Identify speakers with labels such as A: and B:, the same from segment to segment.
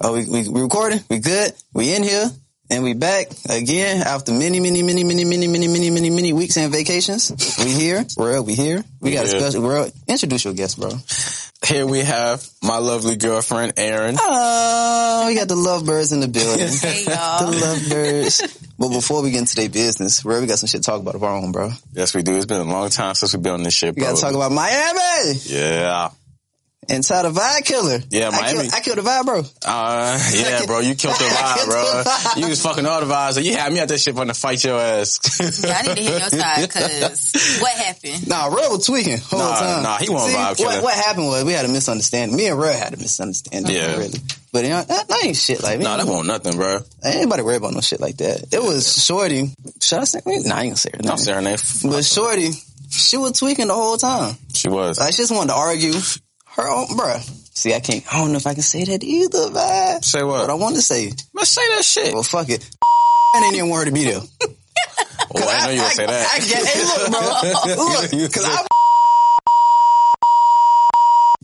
A: Oh, we, we, we recording? We good? We in here? And we back again after many, many, many, many, many, many, many, many, many weeks and vacations. We here. World, we here. We got a
B: Yeah.
A: special world. Introduce your guest, bro.
B: Here we have my lovely girlfriend, Erin.
A: Oh, we got the lovebirds in the building.
C: Hey
A: the
C: y'all.
A: lovebirds. but before we get into their business, bro, we got some shit to talk about of our own, bro.
B: Yes, we do. It's been a long time since we've been on this shit,
A: We
B: bro.
A: got to talk about Miami
B: yeah.
A: and Ty the Vibe Killer.
B: Yeah,
A: I
B: Miami.
A: Killed, I killed the vibe, bro.
B: Uh, yeah, bro. You killed the vibe, bro. You was fucking all the vibes. Like, you had me out that shit wanting to fight your ass.
C: I need to hear your side because what happened?
A: Nah, Red was tweaking whole
B: Nah,
A: time.
B: nah, he wasn't
A: See,
B: vibe killer.
A: What, what happened was we had a misunderstanding. Me and Red had a misunderstanding.
B: Yeah.
A: Really. But you know, that, that ain't shit like me.
B: nah, that won't nothing, bro.
A: Anybody worry about no shit like that. It was Shorty. Should I say? Nah, I ain't gonna say her name.
B: I'm saying her name.
A: But Shorty, she was tweaking the whole time.
B: She was.
A: Like she just wanted to argue her own, bruh. See, I can't. I don't know if I can say that either, man.
B: Say
A: But I
B: what?
A: want to say,
B: Let's say that shit.
A: well, fuck it. I didn't even want her to be there.
B: Oh, I know you would say
A: I, I,
B: that.
A: get- hey, look, bro. oh,
B: You- you
A: Look, cause I.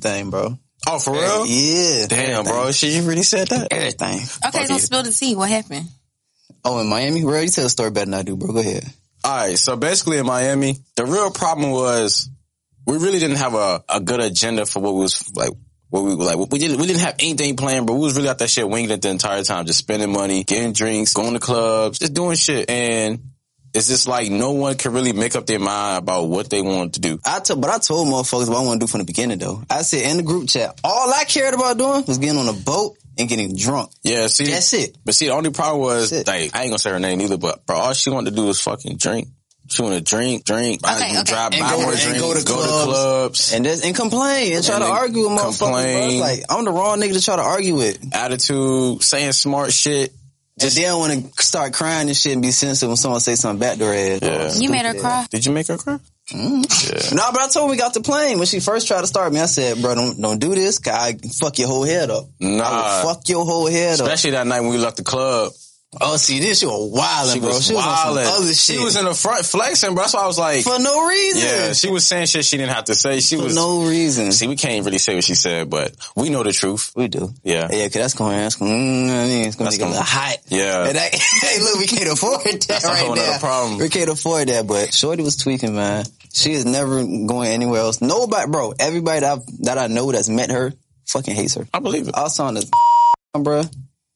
A: Thing, bro.
B: Oh, for real?
A: Yeah.
B: Damn, bro. Shit, you really said that?
A: Everything.
C: Okay,
B: Fuck
C: don't
B: it.
C: spill the tea. What happened?
A: Oh, in Miami, bro, you tell a story better than I do, bro. Go ahead.
B: All right. So basically in Miami, the real problem was we really didn't have a, a good agenda for what we was like. What we like, we didn't, we didn't have anything planned, but we was really out that shit winging it the entire time, just spending money, getting drinks, going to clubs, just doing shit. And it's just like no one could really make up their mind about what they wanted to do.
A: I told, but I told motherfuckers what I want to do from the beginning, though. I said in the group chat, all I cared about doing was getting on a boat and getting drunk.
B: Yeah, see,
A: That's it.
B: But see, the only problem was
A: Shit.
B: like I ain't gonna say her name either. But bro, all she wanted to do was fucking drink. She wanted to drink, drink, buy,
C: Okay, okay.
B: drive,
C: And
B: buy
A: go-
B: more
A: and
B: drinks,
A: go to clubs.
B: clubs.
A: and just and complain and try
B: And
A: to
B: then
A: argue with motherfuckers. bro. It's
B: complain.
A: Like I'm the wrong nigga to try to argue with.
B: attitude, saying smart shit.
A: Just they don't want to start crying and shit and be sensitive when someone say something back to her head.
B: Yeah.
A: Oh,
C: You made her
A: stupid.
C: cry.
B: Did you make her cry? Yeah.
A: No, but I told her we got the plane when she first tried to start me. I said, "Bro, don't don't do this. 'cause I fuck your whole head up. I
B: Nah.
A: will Oh, fuck your whole head up."
B: Especially that night when we left the club.
A: Oh, see, this she was wilding,
B: She
A: bro.
B: was
A: she was on some
B: wildin'.
A: other
B: She
A: shit
B: was in the front flexing, bro. That's why I was like,
A: for no reason.
B: yeah, she was saying shit she didn't have to say. She
A: for
B: was,
A: no reason.
B: see, we can't really say what she said, but we know the truth.
A: we do.
B: Yeah.
A: Yeah, cause that's going, that's going, mm, I mean, it's going to
B: That's
A: get a little
B: gonna-
A: hot.
B: Yeah.
A: And I, hey, look, we can't afford that
B: That's a
A: right
B: whole
A: now.
B: nother problem.
A: We can't afford that, but Shorty was tweaking, man. She is never going anywhere else. Nobody, bro, everybody that, I've, that I know that's met her fucking hates her.
B: I believe it.
A: I was on the bro.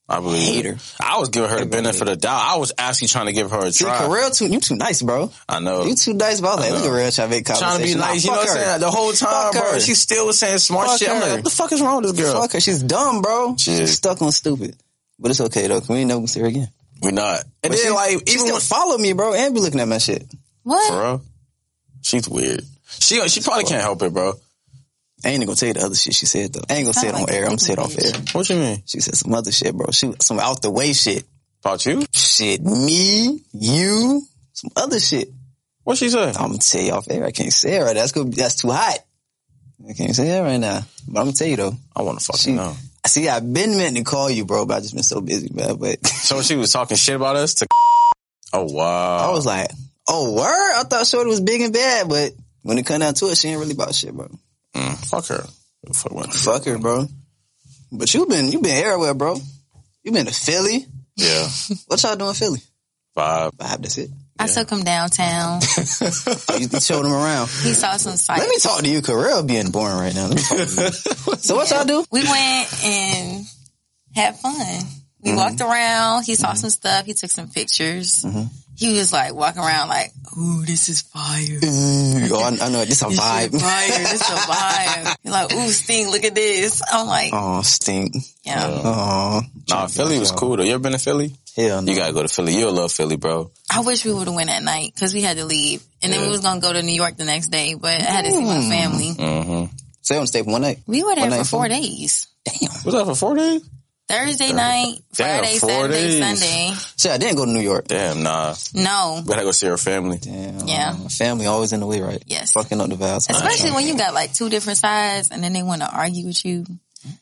B: I believe
A: hate
B: it.
A: her.
B: I was giving her the benefit of the doubt. I was actually trying to give her a
A: See,
B: try.
A: Carell, too, you too nice, bro.
B: I know.
A: You too nice, but I was like,
B: know.
A: look at Real trying to make
B: Trying to be
A: conversation. Nah,
B: nice, you know
A: fuck
B: what I'm
A: her.
B: saying? The whole time,
A: Fuck her.
B: bro. She still was saying smart
A: Fuck
B: shit. I'm like,
A: her.
B: what the fuck is wrong with this girl?
A: Fuck her. She's dumb, bro.
B: Shit.
A: She's stuck on stupid. But it's okay, though. 'cause We ain't never gonna see her again.
B: We're not.
A: But
B: And then,
A: she-
B: like,
A: she
B: even
A: still
B: when
A: follow me, bro, and be looking at my shit.
C: What?
B: bro. She's weird. She she probably can't help it, bro.
A: I ain't gonna tell you the other shit she said though. I ain't gonna say it on
C: Sound like
A: air.
C: a
A: I'm gonna say it off air.
C: bitch.
B: What you mean
A: She said some other shit, bro. She was some out the way shit.
B: about you?
A: Shit, me, you, some other shit.
B: What she say?
A: I'm gonna tell you off air. I can't say it right. That's gonna be, that's too hot. I can't say it right now. But I'm gonna tell you though.
B: I want to fucking
A: She-
B: know.
A: See, I've been meant to call you, bro, but I just been so busy, man. But
B: So she was talking shit about us to. Oh wow!
A: I was like, oh word. I thought Shorty was big and bad, but when it come down to it, she ain't really about shit, bro.
B: Mm, fuck her. Fuck one.
A: Fuck her, bro. But you been you been everywhere, bro. You been to Philly.
B: Yeah.
A: What y'all doing in Philly?
B: Vibe.
A: Vibe, that's it. Oh,
C: I took him downtown.
A: You you showed him around.
C: He saw some sights.
A: Let me talk to you, Carell being born right now. Let me talk to you. so what y'all do?
C: We went and had fun. We
A: Mm-hmm.
C: walked around. He saw some stuff. He took some pictures.
A: Mm-hmm.
C: He was like walking around like, "Ooh, this is fire."
A: Ooh, oh, I, I know this a
C: This
A: vibe.
C: is fire. This is a vibe. You're like, ooh, Sting, look at this. I'm like,
A: Oh, stink.
C: yeah.
A: Oh,
B: Nah, Philly was cool though. You ever been to Philly?
A: hell no.
B: You gotta go to Philly. You'll love Philly, bro.
C: I wish we would have went at night because we had to leave, and then
B: Yeah.
C: we was gonna go to New York the next day. But I had to see
A: Hmm.
C: my family.
B: Mm-hmm.
A: so you want to stay for one night?
C: We were
A: One
C: there for
A: night
C: four days:
A: Damn.
B: Was that for four days?
C: Thursday night,
B: Damn,
C: Friday,
B: four days.
C: Saturday, Sunday.
A: See, I didn't go to New York.
B: Damn, nah.
C: No,
B: We gotta go see her family.
A: Damn.
C: Yeah.
A: Family always in the way, right?
C: Yes.
A: Fucking up the vows.
C: especially when you got like two different sides, and then they want to argue with you.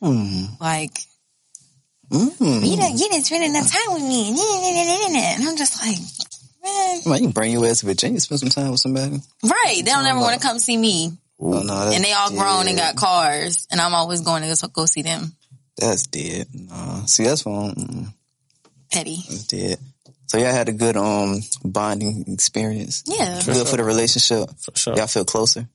A: Hmm.
C: Like,
A: Mm.
C: you didn't, you didn't spend enough time with me, and I'm just like, man,
A: Man, you bring your ass to Virginia, spend some time with somebody.
C: right? They don't ever want to come see me,
A: Oh, no, that's-
C: and they all grown and
A: yeah.
C: got cars, and I'm always going to go see them.
A: That's dead. Nah. See, that's one. mm,
C: Petty.
A: That's dead. So y'all had a good um bonding experience.
C: Yeah.
A: good for the relationship.
B: For sure.
A: Y'all feel closer.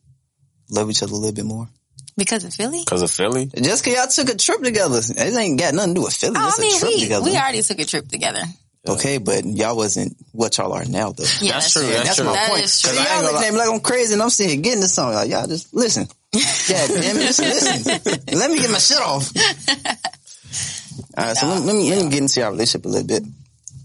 A: Love each other a little bit more.
C: Because of Philly?
B: Cause of Philly.
A: Just cause y'all took a trip together. It ain't got nothing to do with Philly.
C: Oh,
A: It's
C: I
A: a trip
C: mean,
A: together.
C: we, we already took a trip together.
A: Okay, but y'all wasn't what y'all are now though.
C: Yeah,
B: That's true, that's
A: That's
B: true.
A: my
C: That
A: point.
C: is true.
A: 'Cause
B: I ain't
A: y'all
B: gonna
A: looking
B: lie.
A: at me like I'm crazy and I'm sitting here getting this song. Like, y'all just listen. God damn it, just listen. let me get my shit off. All right, so let, let me, let me get into our relationship a little bit.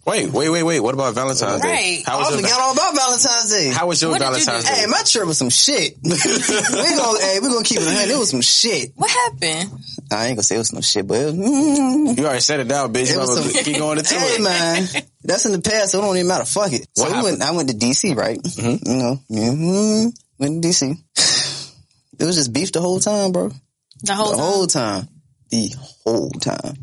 B: Wait, wait, wait, wait. What about Valentine's Day?
C: Right.
B: How
A: I
B: was your,
A: forgot all about Valentine's Day.
B: how was your
C: What did you
B: Valentine's
C: do?
B: Day?
A: hey, my trip was some shit. we gonna, hey, we gonna keep it. a hundred. It was some shit.
C: What happened?
A: I ain't gonna say it was some shit, but it was, mm,
B: You already said it down, bitch.
A: It
B: You
A: was
B: might as
A: some-
B: well keep going into
A: hey
B: it.
A: man, that's in the past. So it don't even matter. Fuck it. So
B: What
A: we went, I went to DC, right? Mm-hmm. You know, hmm went to DC. It was just beef the whole time, bro.
C: The whole
A: The
C: time.
A: whole time. The whole time.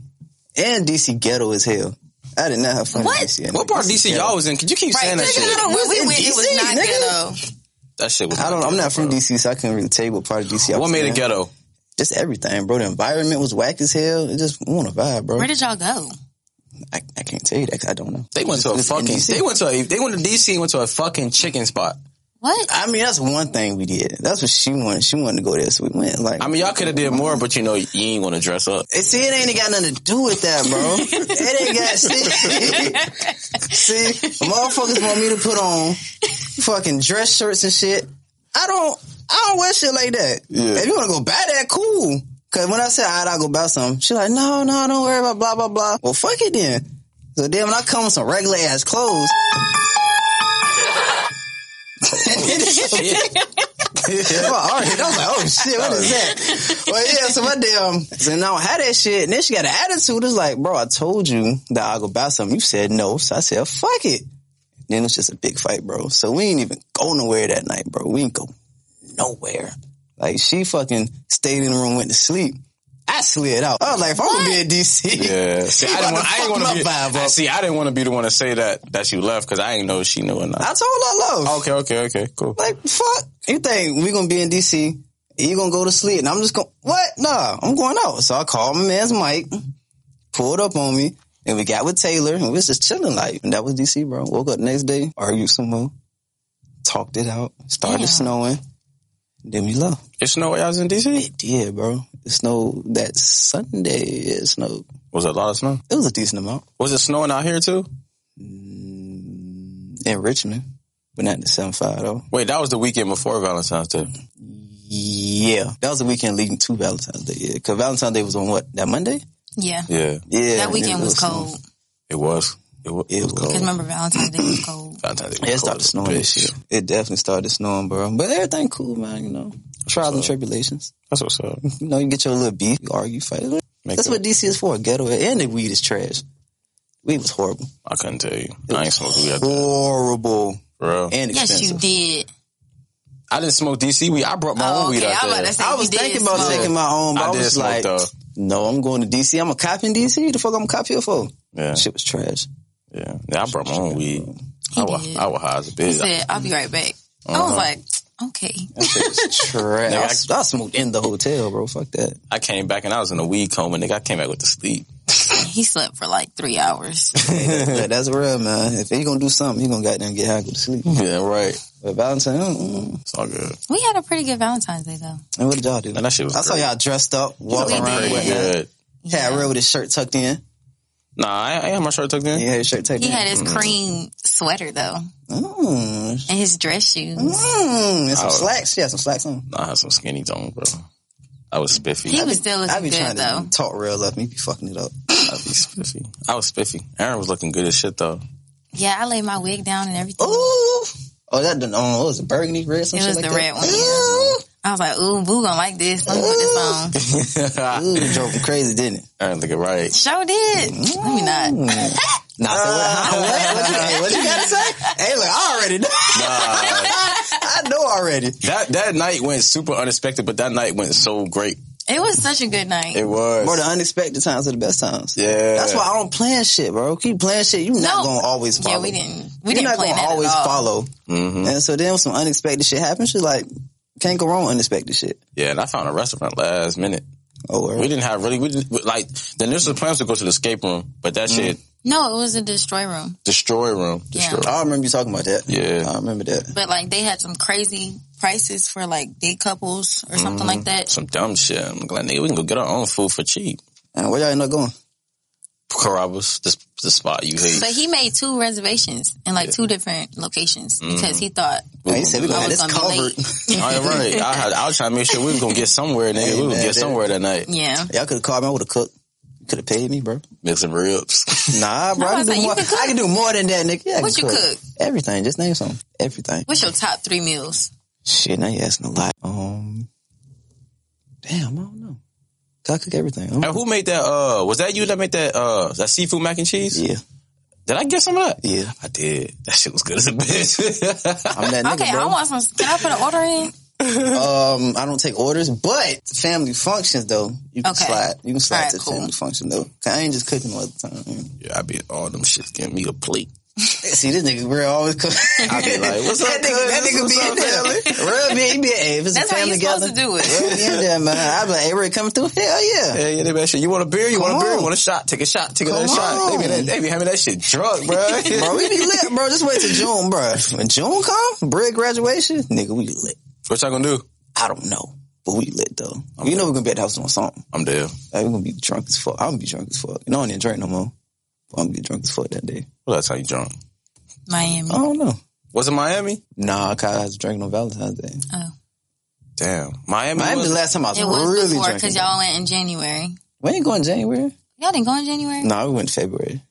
A: And DC ghetto as hell. I did not have fun. in
C: What?
A: DC.
B: What part of DC y'all
A: was?
B: was in? Could you keep
C: right.
B: saying that
C: nigga,
B: shit?
C: no, no, when
A: It
C: we
A: was
C: went,
A: in
C: it was
A: DC,
C: not
A: nigga.
C: ghetto.
B: That shit was.
A: I don't. I'm not from
B: bro.
A: DC, so I couldn't really tell you what part of DC. I
B: What
A: was
B: made
A: in.
B: it ghetto?
A: Just everything, bro. The environment was whack as hell. It just want to vibe, bro.
C: Where did y'all go?
A: I, I can't tell you that 'cause I don't know.
B: They went to a
A: It's in
B: fucking.
A: DC.
B: They went to a. They went to DC and went to a fucking chicken spot.
C: What?
A: I mean, that's one thing we did. That's what she wanted. She wanted to go there, so we went. Like,
B: I mean, y'all could have did more, but you know, you ain't want to dress up.
A: And see, it ain't got nothing to do with that, bro. it ain't got see, see, motherfuckers want me to put on fucking dress shirts and shit. I don't, I don't wear shit like that.
B: Yeah.
A: If you want to go buy that, cool. Cause when I said I'd, I'll go buy some, she like, no, no, don't worry about blah blah blah. Well, fuck it then. So then when I come with some regular ass clothes. Yeah. I already- I was like, oh shit, what is that? well, yeah, so my damn, so now I had that shit, and then she got an attitude. It's like, bro, I told you that I'll go buy something. You said no, so I said, fuck it. Then it's just a big fight, bro. So we ain't even go nowhere that night, bro. We ain't go nowhere. Like, she fucking stayed in the room, went to sleep. I slid out. I was like, if I'm gonna be in DC,
B: Yeah. See, I didn't
A: about
B: want.
A: to
B: I didn't
A: fuck
B: want to
A: my
B: be.
A: vibe
B: I-
A: up.
B: See, I didn't want to be the one to say that that you left because I didn't know if she knew or not.
A: I told her, love.
B: Okay, okay, okay, cool.
A: Like, fuck. You think we gonna be in DC? and You gonna go to sleep? And I'm just going, what? Nah, I'm going out. So I called my man's Mike, pulled up on me, and we got with Taylor, and we was just chilling like. And that was DC, bro. Woke up the next day, argued some more, talked it out, started
C: Yeah.
A: snowing, then we left.
B: It snowed while y'all was in DC.
A: It did, bro. It snowed that Sunday. It snowed.
B: Was it a lot of snow?
A: It was a decent amount
B: Was it snowing out here too?
A: Mm, in Richmond, but not in the 75 though.
B: Wait, that was the weekend before Valentine's Day.
A: Yeah, that was the weekend leading to Valentine's Day. Yeah, because Valentine's Day was on what that Monday.
C: Yeah.
B: Yeah,
A: Yeah,
C: That weekend
A: it
C: was cold.
B: it was. It was, it was
A: was.
B: cold.
C: Because remember, Valentine's Day was cold.
B: Valentine's Day was
A: Yeah, it started
B: cold,
A: snowing
B: bitch.
A: this year. It definitely started snowing, bro. But everything cool, man. You know, trials and tribulations.
B: That's what's up.
A: You know, you get your little beef, you argue, fight.
B: Make
A: That's
B: it-
A: what DC is for. Ghetto and the weed is trash. Weed was horrible,
B: I couldn't tell you. I ain't smoking weed out there.
A: horrible
B: For real.
A: and
C: Yes, you
A: expensive.
C: did.
B: I didn't smoke DC weed. I brought my
C: Oh,
B: own weed
C: okay.
B: out
C: I'm
B: there.
C: about to say
A: I
C: you
A: was
C: did
A: thinking about
C: smoke.
A: taking my own, but
B: I
A: I,
B: did
A: was
B: smoke,
A: like,
B: though.
A: no, I'm going to DC. I'm a cop in DC. The fuck I'm a cop here for?
B: Yeah,
A: Shit was trash.
B: yeah. yeah I brought my own weed. I
C: He
B: was,
C: did.
B: I was high as a
C: He
B: bitch.
C: said, I'll be right back. I was like, okay.
A: trash. I,
B: Nigga, I-
A: s- I smoked in the hotel, bro. Fuck that.
B: I came back and I was in a weed coma. Nigga, I came back with the sleep.
C: He slept for like three hours.
A: But that's real, man. If he gonna do something, he gonna goddamn get high, go to sleep.
B: Yeah, right.
A: But Valentine, mm-mm.
B: It's all good.
C: We had a pretty good Valentine's Day though.
A: and what did y'all do?
B: And that shit was
A: I saw
B: great.
A: y'all dressed up, walking
C: We
A: around.
C: did.
A: With,
B: Pretty good.
A: Had real with his shirt tucked in.
B: Nah, I, I had my shirt tucked in.
A: He had his shirt tucked
C: He
A: in.
C: had his cream sweater though,
A: mm.
C: and his dress shoes.
A: Mm. And some
B: Oh.
A: slacks. She had some slacks on.
B: Nah, I had some skinny on, bro. I was spiffy.
C: He
B: I,
C: was still
A: I be
C: looking
A: trying
C: good
A: to
C: though.
A: talk real up. Me be fucking it up.
B: I was spiffy. I was spiffy. Aaron was looking good as shit though.
C: Yeah, I laid my wig down and everything.
A: Ooh. Oh, that done. Oh, was it burgundy red? Some
C: It
A: shit
C: was
A: like
C: the
A: that?
C: red one, yeah.
A: Ooh.
C: I was like, ooh, Boo gonna like this. Let me put this on.
B: Ah.
A: Ooh, the joke was crazy, didn't it?
B: Aaron looking right.
C: Sure did. Let me
A: Mm.
C: not.
A: Hmm.
C: Uh,
A: Nah, so what, huh? what, what, you, hey, what you gotta say? Hey, look, I already know. I know already.
B: That that night went super unexpected, but that night went so great.
C: It was such a good night.
B: It was.
A: Bro, the unexpected times are the best times.
B: yeah.
A: That's why I don't plan shit, bro. Keep playing shit. You're not
C: No.
A: gonna always follow.
C: yeah, we didn't. We
A: You're
C: didn't
A: not
C: plan
A: gonna
C: that
A: always
C: at all.
A: follow.
B: hmm
A: And so then when some unexpected shit happens, she's like, can't go wrong with unexpected shit.
B: Yeah, and I found a restaurant last minute.
A: Oh, word.
B: We didn't have really, we didn't, like, the initial plans to go to the escape room, but that
A: Mm.
B: shit,
C: No, it was a destroy room.
B: destroy room, destroy.
A: I remember you talking about that.
B: Yeah.
A: I remember that.
C: But like they had some crazy prices for like date couples or something like
A: Mm-hmm.
C: that.
B: Some dumb shit. I'm like, nigga, we can go get our own food for cheap.
A: And where y'all end up going?
B: Carabas, this the spot you hate.
C: But he made two reservations in like two different locations because he thought
B: We
A: Man, Mm-hmm. he
B: gonna
A: said
B: do
A: we gonna have
B: that.
C: was
A: this
C: gonna be
A: covered.
B: All right, right. I, had, I was trying to make sure we was gonna get somewhere, nigga. we
A: man,
B: was gonna get
A: dude.
B: somewhere that night.
C: yeah.
A: y'all could have called me. I would have cooked. Could have paid me, bro.
B: Make some ribs.
A: Nah, bro.
C: I
A: I,
C: was
A: can do
C: like, you
A: more.
C: can cook?
A: I can do more than that, nigga. Yeah, I
C: What
A: can
C: you cook?
A: Everything. Just name something. Everything.
C: What's your top three meals?
A: Shit, now you asking a lot. Um, damn, I don't know. 'Cause I cook everything. I
B: Hey,
A: don't-
B: who made that? Uh, was that you that made that? Uh, that seafood mac and cheese?
A: Yeah,
B: Did I get some of that?
A: yeah.
B: I did. That shit was good as a bitch.
A: I'm that nigga,
C: Okay,
A: bro.
C: I want some. Can I put an order in?
A: Um, I don't take orders, but family functions though. You can
C: Okay.
A: slide. You can slide
C: Alright,
A: to
C: cool.
A: family function though. 'Cause I ain't just cooking all the time.
B: yeah, I be all them shit. Give me a plate.
A: See, this nigga real always cooking.
B: I be like, what's up,
A: that nigga, that
B: cuz?
A: nigga
B: What's
A: be
B: up,
A: in there. Real be, he be, hey, if it's
C: That's
A: a
C: how you
A: family gathering,
C: supposed to do it.
A: real be in there, man. I be like, hey, Rick, coming through? Hell yeah.
B: Yeah, yeah, they be that shit. You want a beer? You want a beer?
A: on.
B: Want a shot? Take a shot. Take another
A: Come
B: shot. They be,
A: on.
B: that, they be having that shit drunk, bro.
A: bro, we be lit, bro. Just wait till June, bro. When June come, bread graduation, nigga, we lit.
B: What y'all gonna do?
A: I don't know. But we lit though. you know we're gonna be at the house doing something.
B: I'm there.
A: Like, we're gonna be drunk as fuck. I'm gonna be drunk as fuck. You know I don't even drink no more. But I'm gonna be drunk as fuck that day.
B: Well, that's how you drunk.
C: Miami.
A: I don't know.
B: Was it Miami?
A: Nah, Kyle has drank on Valentine's Day.
C: Oh.
B: Damn, Miami.
A: Miami
B: was-
A: the last time I was,
C: It was
A: really
C: before
A: drinking.
C: because y'all went in January.
A: we ain't going January.
C: Y'all didn't go in January.
A: No, we went February.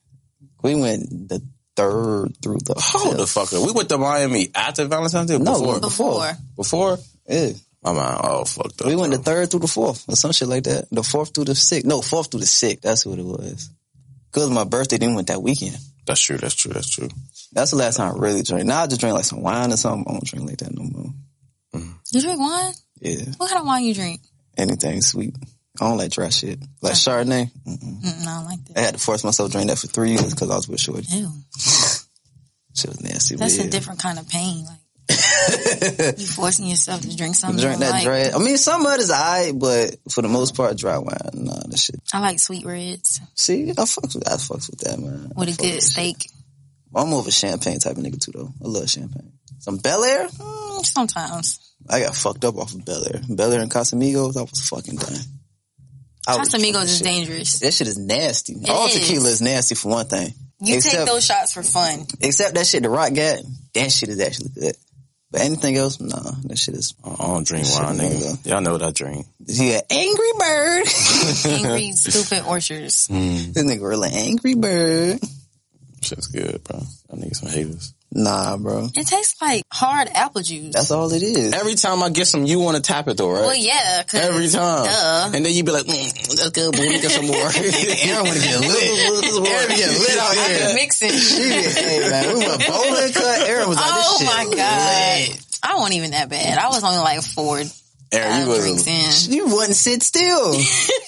A: We went the third through the
B: Hold the fuck up. We went to Miami after Valentine's Day.
A: No,
B: before.
A: before.
B: Before?
A: Yeah.
B: My mind all fucked up.
A: We went the
B: bro.
A: third through the fourth or some shit like that. The fourth through the sixth. No, fourth through the sixth. That's what it was. Cause my birthday didn't went that weekend.
B: That's true. That's true. That's true.
A: That's the last time I really drank. Now I just drink like some wine or something. I don't drink like that no more.
C: You drink wine?
A: Yeah.
C: What kind of wine you drink?
A: Anything sweet. I don't like dry shit. Like Chardonnay. Mm-mm.
C: Mm, I don't like
A: I
C: that.
A: had to force myself to drink that for three years cause I was with Shorty.
C: Ew.
A: She was nasty. but
C: That's
A: yeah.
C: a different kind of pain. Like you forcing yourself to drink something.
A: Drink
C: you
A: that
C: like.
A: dry. I mean, some of it is alright, but for the most part, dry wine. Nah, that shit.
C: I like sweet reds
A: See, I fucks with I fucks with that man.
C: with
A: I
C: a
A: fucks
C: good
A: with shit.
C: steak.
A: I'm over champagne type of nigga too though. I love champagne. Some Bel Air.
C: Mm, sometimes
A: I got fucked up off of Bel Air. Bel Air and Casamigos. I was fucking done. I was
C: Casamigos
A: drunk
C: is
A: shit.
C: dangerous.
A: That shit is nasty. All
C: is.
A: tequila is nasty for one thing.
C: You take
A: Except-
C: those shots for fun.
A: Except that shit, the Rock got. That shit is actually good. But anything else, nah, that shit is.
B: I don't drink wine,
A: Shouldn't
B: nigga. Y'all know what I drink.
A: Yeah, Angry Bird.
C: Angry, stupid orchards.
A: this nigga really Angry Bird.
B: Shit's good, bro. I need some haters.
A: Nah, bro.
C: It tastes like hard apple juice.
A: That's all it is.
B: Every time I get some, you want to tap it though, right?
C: well, yeah. 'cause-
B: Every time.
C: Duh.
B: And then you be like, mm, that's good, but let me get some more.
A: Aaron wanna get lit. Aaron get lit out
C: I
A: here.
C: can mix it.
A: hey man, we went bowling cut. Aaron was like, this
C: Oh
A: shit
C: my
A: lit.
C: god. I wasn't even that bad. I was only like four
B: Aaron, you
C: uh, drinks
B: was a,
C: in.
A: You wouldn't sit still.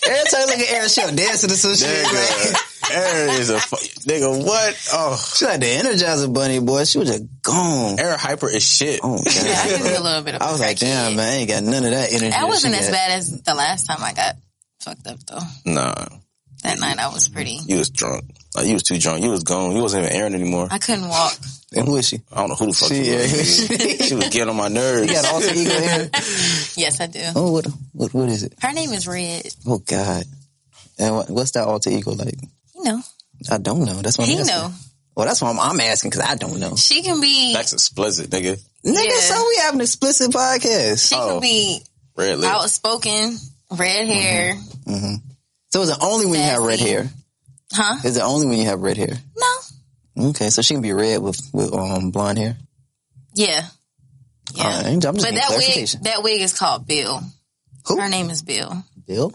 A: Every time you look at Aaron, she was dancing or some shit.
B: nigga.
A: Like,
B: Aaron is a fu- nigga. What? Oh,
A: she like the Energizer Bunny, boy. She was just gone.
B: Aaron hyper is shit.
A: Oh, God.
C: Yeah, I could be a little bit of.
A: I was like,
C: crackhead.
A: damn, man, I ain't got none of that energy.
C: That wasn't
A: she
C: as
A: got.
C: bad as the last time I got fucked up though.
B: Nah,
C: That night I was pretty.
B: you was drunk. Like, you was too drunk. You was gone. You wasn't even Aaron anymore.
C: I couldn't walk.
A: And who is she?
B: I don't know who the fuck
A: She-
B: she was.
A: yeah.
B: she was getting on my nerves.
A: You got an alter ego Aaron?
C: Yes, I do.
A: Oh, what, what, what is it?
C: Her name is Red.
A: Oh, God. And what, what's that alter ego like?
C: You know,
A: Oh, I don't know. That's what I'm
C: he
A: asking.
C: know.
A: Well, that's why I'm, I'm asking because I don't know.
C: She can be.
B: That's explicit, nigga.
A: Nigga,
C: Yeah.
A: so we have an explicit podcast.
C: She
B: oh.
C: can be
B: Red lips.
C: outspoken. Red
A: Mm-hmm.
C: hair.
A: So is it only when you have red
C: Sassy.
A: hair?
C: Huh?
A: Is it only when you have red hair?
C: No.
A: Okay, so she can be red with with um blonde hair.
C: Yeah. Yeah.
A: All right, I'm just
C: but
A: needing
C: that wig,
A: clarification.
C: that wig is called Bill.
A: Who?
C: Her name is Bill.
A: Bill?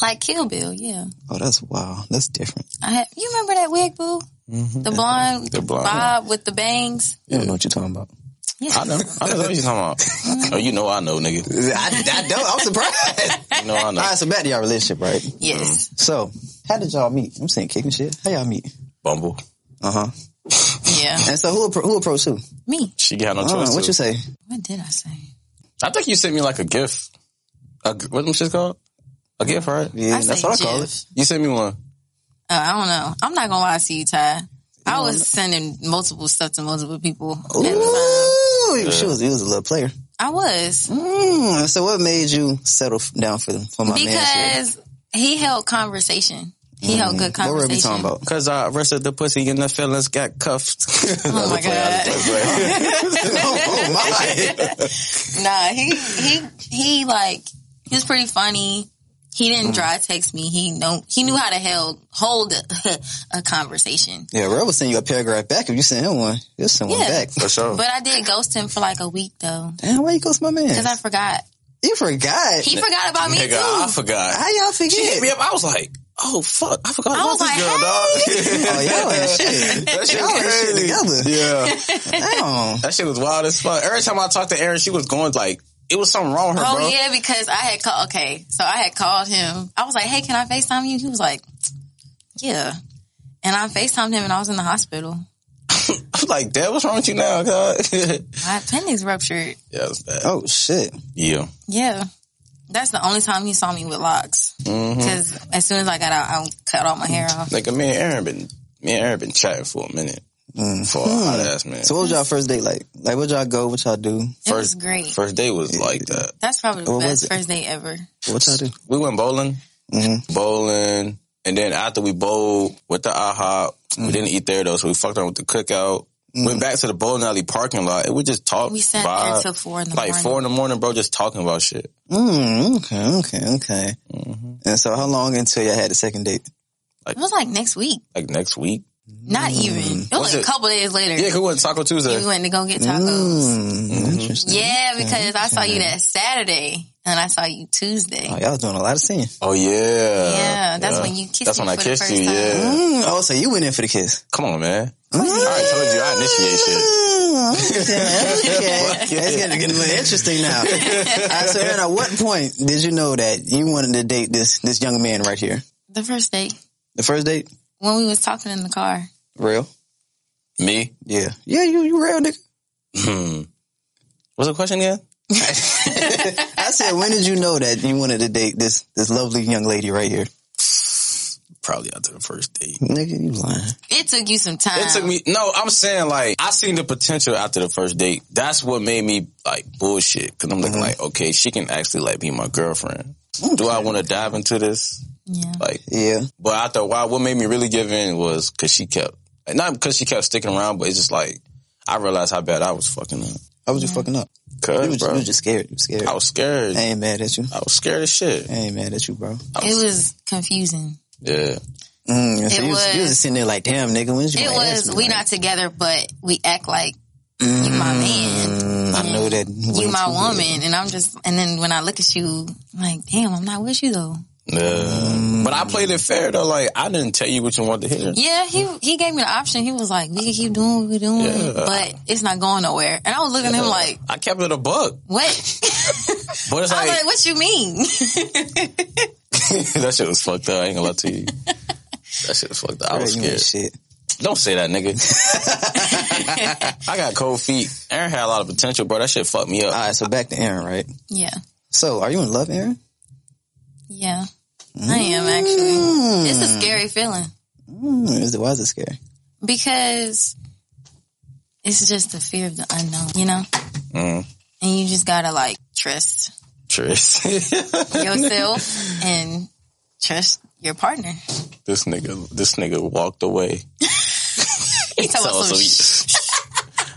C: Like Kill Bill, yeah.
A: Oh, that's wow. That's different.
C: I had, you remember that wig, boo?
A: Mm-hmm.
C: The blonde,
B: The blonde.
C: bob with the bangs.
A: You don't know what you're talking about.
C: Yes.
B: I know. I know what you're talking about. Oh, you know I know, nigga.
A: I, I don't. I'm surprised.
B: You know I know.
A: All right, so back to y'all relationship, right?
C: Yes.
A: So, how did y'all meet? I'm saying kicking shit. How y'all meet?
B: Bumble.
A: Uh huh.
C: Yeah.
A: And so who appro- who approached who?
C: Me.
B: She got no
A: I don't
B: choice.
A: know. Oh, What
B: to.
A: you say?
C: What did I say?
B: I think you sent me like a gift. A, g- what them shit's called? A gift, right?
A: Yeah,
C: I
A: that's
C: say
A: what I call
C: Jif.
A: it.
B: You sent me one.
C: Uh, I don't know. I'm not gonna lie to you, Ty. I was sending multiple stuff to multiple people. at the time.
A: Ooh, she was, he was a little player.
C: I was
A: Mm, so what made you settle f- down for for my man?
C: because he held conversation. He held good
A: Mm-hmm. What were we
C: conversation.
A: talking about?
B: Cause I arrested the pussy and the feelings got cuffed.
C: Oh my god!
A: oh, oh my!
C: nah, he he he like he was pretty funny. He
A: Mm.
C: didn't dry text me. He know he knew how to held hold a, a conversation.
A: yeah, Rob will send you a paragraph back if you send him one. You'll send one
C: Yeah.
A: back.
B: For sure.
C: But I did ghost him for like a week though
A: Damn, why you ghost my man?
C: because I forgot.
A: you forgot.
C: He forgot about me too.
B: Nigga, I forgot.
A: How y'all
B: She
A: forget?
B: hit me up. I was like, oh fuck, I forgot
C: I
B: about
C: was
B: this
C: like,
B: girl,
C: hey.
B: dog.
A: Oh, y'all ain't shit.
B: That shit
A: Y'all
B: was
A: ain't shit
B: crazy.
A: together.
B: Yeah.
A: Damn.
B: That shit was wild as fuck. Every time I talked to Aaron, she was going like, it was something wrong with her,
C: Oh
B: bro.
C: yeah, because I had called. Okay, so I had called him. I was like, "Hey, can I Facetime you?" He was like, "Yeah," and I Facetimed him, and I was in the hospital.
B: I'm like, Dad, what's wrong with you now, God? yeah,
C: My appendix ruptured.
B: it's bad.
A: Oh shit.
B: Yeah.
C: Yeah, that's the only time he saw me with locks.
B: Mm-hmm.
C: Because as soon as I got out, I cut all my hair off.
B: Like, me and Aaron been, me and Aaron been chatting for a minute.
A: Mm,
B: For a
C: Hmm.
B: hot ass minute.
A: So what was y'all first date like? Like what y'all go? What y'all do?
C: it was great.
B: First day was like that.
C: that's probably the
A: What was
C: best
A: it?
C: first day ever.
A: What y'all do? Mm-hmm.
B: We went bowling. Bowling. And then after we bowled with the IHOP, we didn't eat there though, so we fucked on with the cookout. Went back to the bowling alley parking lot and we just talked.
C: We sat
B: vibe.
C: there till four in the
B: like
C: morning.
B: four in the morning, bro, just talking about shit.
A: Mm, okay, okay, okay.
B: Mm-hmm.
A: And so how long until y'all had the second date?
C: It was like next week.
B: Like next week.
C: Not even. It
B: Was
C: was, like
B: it-
C: a couple days later.
B: Yeah, 'cause we went Taco Tuesday.
C: We went to go get tacos.
A: Mm,
B: Mm-hmm.
A: Interesting.
C: Yeah, because I saw you that Saturday and I saw you Tuesday.
A: Oh, y'all was doing a lot of seeing.
B: Oh yeah.
C: Yeah, that's when you kissed
B: That's
C: me
B: when I
C: for the
B: kissed
C: first
B: you,
C: time.
B: yeah.
A: Mm, oh, so you went in for the kiss.
B: Come on, man. I already told you I initiate shit.
A: Mm, Okay. That's getting, getting a little interesting now. All right, so then at what point did you know that you wanted to date this this young man right here?
C: The first date
A: The first date?
C: when we was talking in the car.
A: Real?
B: Me?
A: Yeah. Yeah, you you real nigga.
B: Hmm. What's the question again?
A: I said, when did you know that you wanted to date this this lovely young lady right here?
B: Probably after the first date.
A: Nigga, you lying.
C: It took you some time.
B: It took me. No, I'm saying like I seen the potential after the first date. That's what made me like bullshit because I'm
A: Mm-hmm.
B: looking like, okay, she can actually like be my girlfriend. Do I want to dive into this?
C: Yeah.
B: Like,
A: Yeah.
B: but after a while, what made me really give in was because she kept like, not because she kept sticking around, but it's just like I realized how bad I was fucking up.
A: How
C: Mm.
A: was you fucking up? You
B: Cause
A: was,
B: bro,
A: you was just scared. You was scared.
B: I was scared.
A: I ain't mad at you.
B: I was scared as shit.
A: I ain't mad at you, bro.
C: It was confusing.
B: Yeah.
A: Mm, and so
C: It
A: you, was, you was
C: was-
A: sitting there like, damn, nigga, when's you
C: It
A: gonna ask
C: was
A: me?
C: we
A: Like,
C: not together, but we act like you my man,
A: mm, I know that. way
C: you my
A: too well.
C: woman, and I'm just. And then when I look at you, I'm like, damn, I'm not with you though.
B: Yeah. But I played it
A: Mm.
B: fair though. Like I didn't tell you what you wanted to hear.
C: Yeah, he he gave me the option. He was like, we can keep doing what we're doing,
B: Yeah.
C: but it's not going nowhere. And I was looking at him like,
B: I kept it a buck.
C: what?
B: But it's
C: I
B: like,
C: was like, what you mean?
B: that shit was fucked up. I ain't gonna lie to you. That shit was fucked up. I
A: Bro,
B: was
A: you ain't
B: scared.
A: shit.
B: Don't say that, nigga. I got cold feet. Aaron had a lot of potential, bro. That shit fucked me up.
A: All right, so back to Aaron, right?
C: yeah.
A: So, are you in love, Aaron?
C: Yeah. I am
B: Mm.
C: actually. It's a scary feeling
A: Mm, is it, why is it scary?
C: because it's just the fear of the unknown, you know?
B: Mm.
C: And you just gotta like trust
B: Tris.
C: yourself and trust your partner.
B: this nigga, this nigga walked away.
C: He told
B: So,
C: us some sh-
B: so he-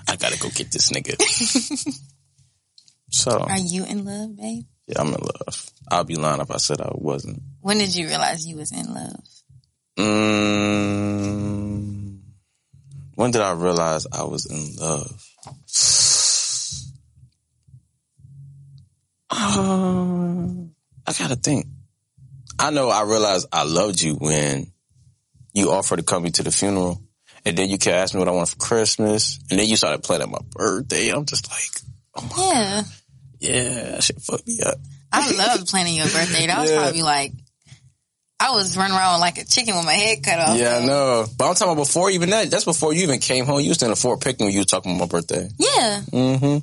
B: I gotta go get this nigga. so,
C: Are you in love, babe?
B: yeah, I'm in love. I'll be lying if I said I wasn't.
C: When did you realize you was in love?
B: Mm, when did I realize I was in love? Um, I gotta think. I know I realized I loved you when you offered to come me to the funeral, and then you kept asking me what I wanted for Christmas, and then you started playing at my birthday. I'm just like,
C: Yeah.
B: yeah, that shit fucked me up.
C: I loved planning your birthday. That was
B: Yeah.
C: probably like I was running around like a chicken with my head cut off.
B: Yeah, I know. But I'm talking about before even that. That's before you even came home. You was in a Fort Pickens when you was talking about my birthday.
C: Yeah.
B: Mm-hmm.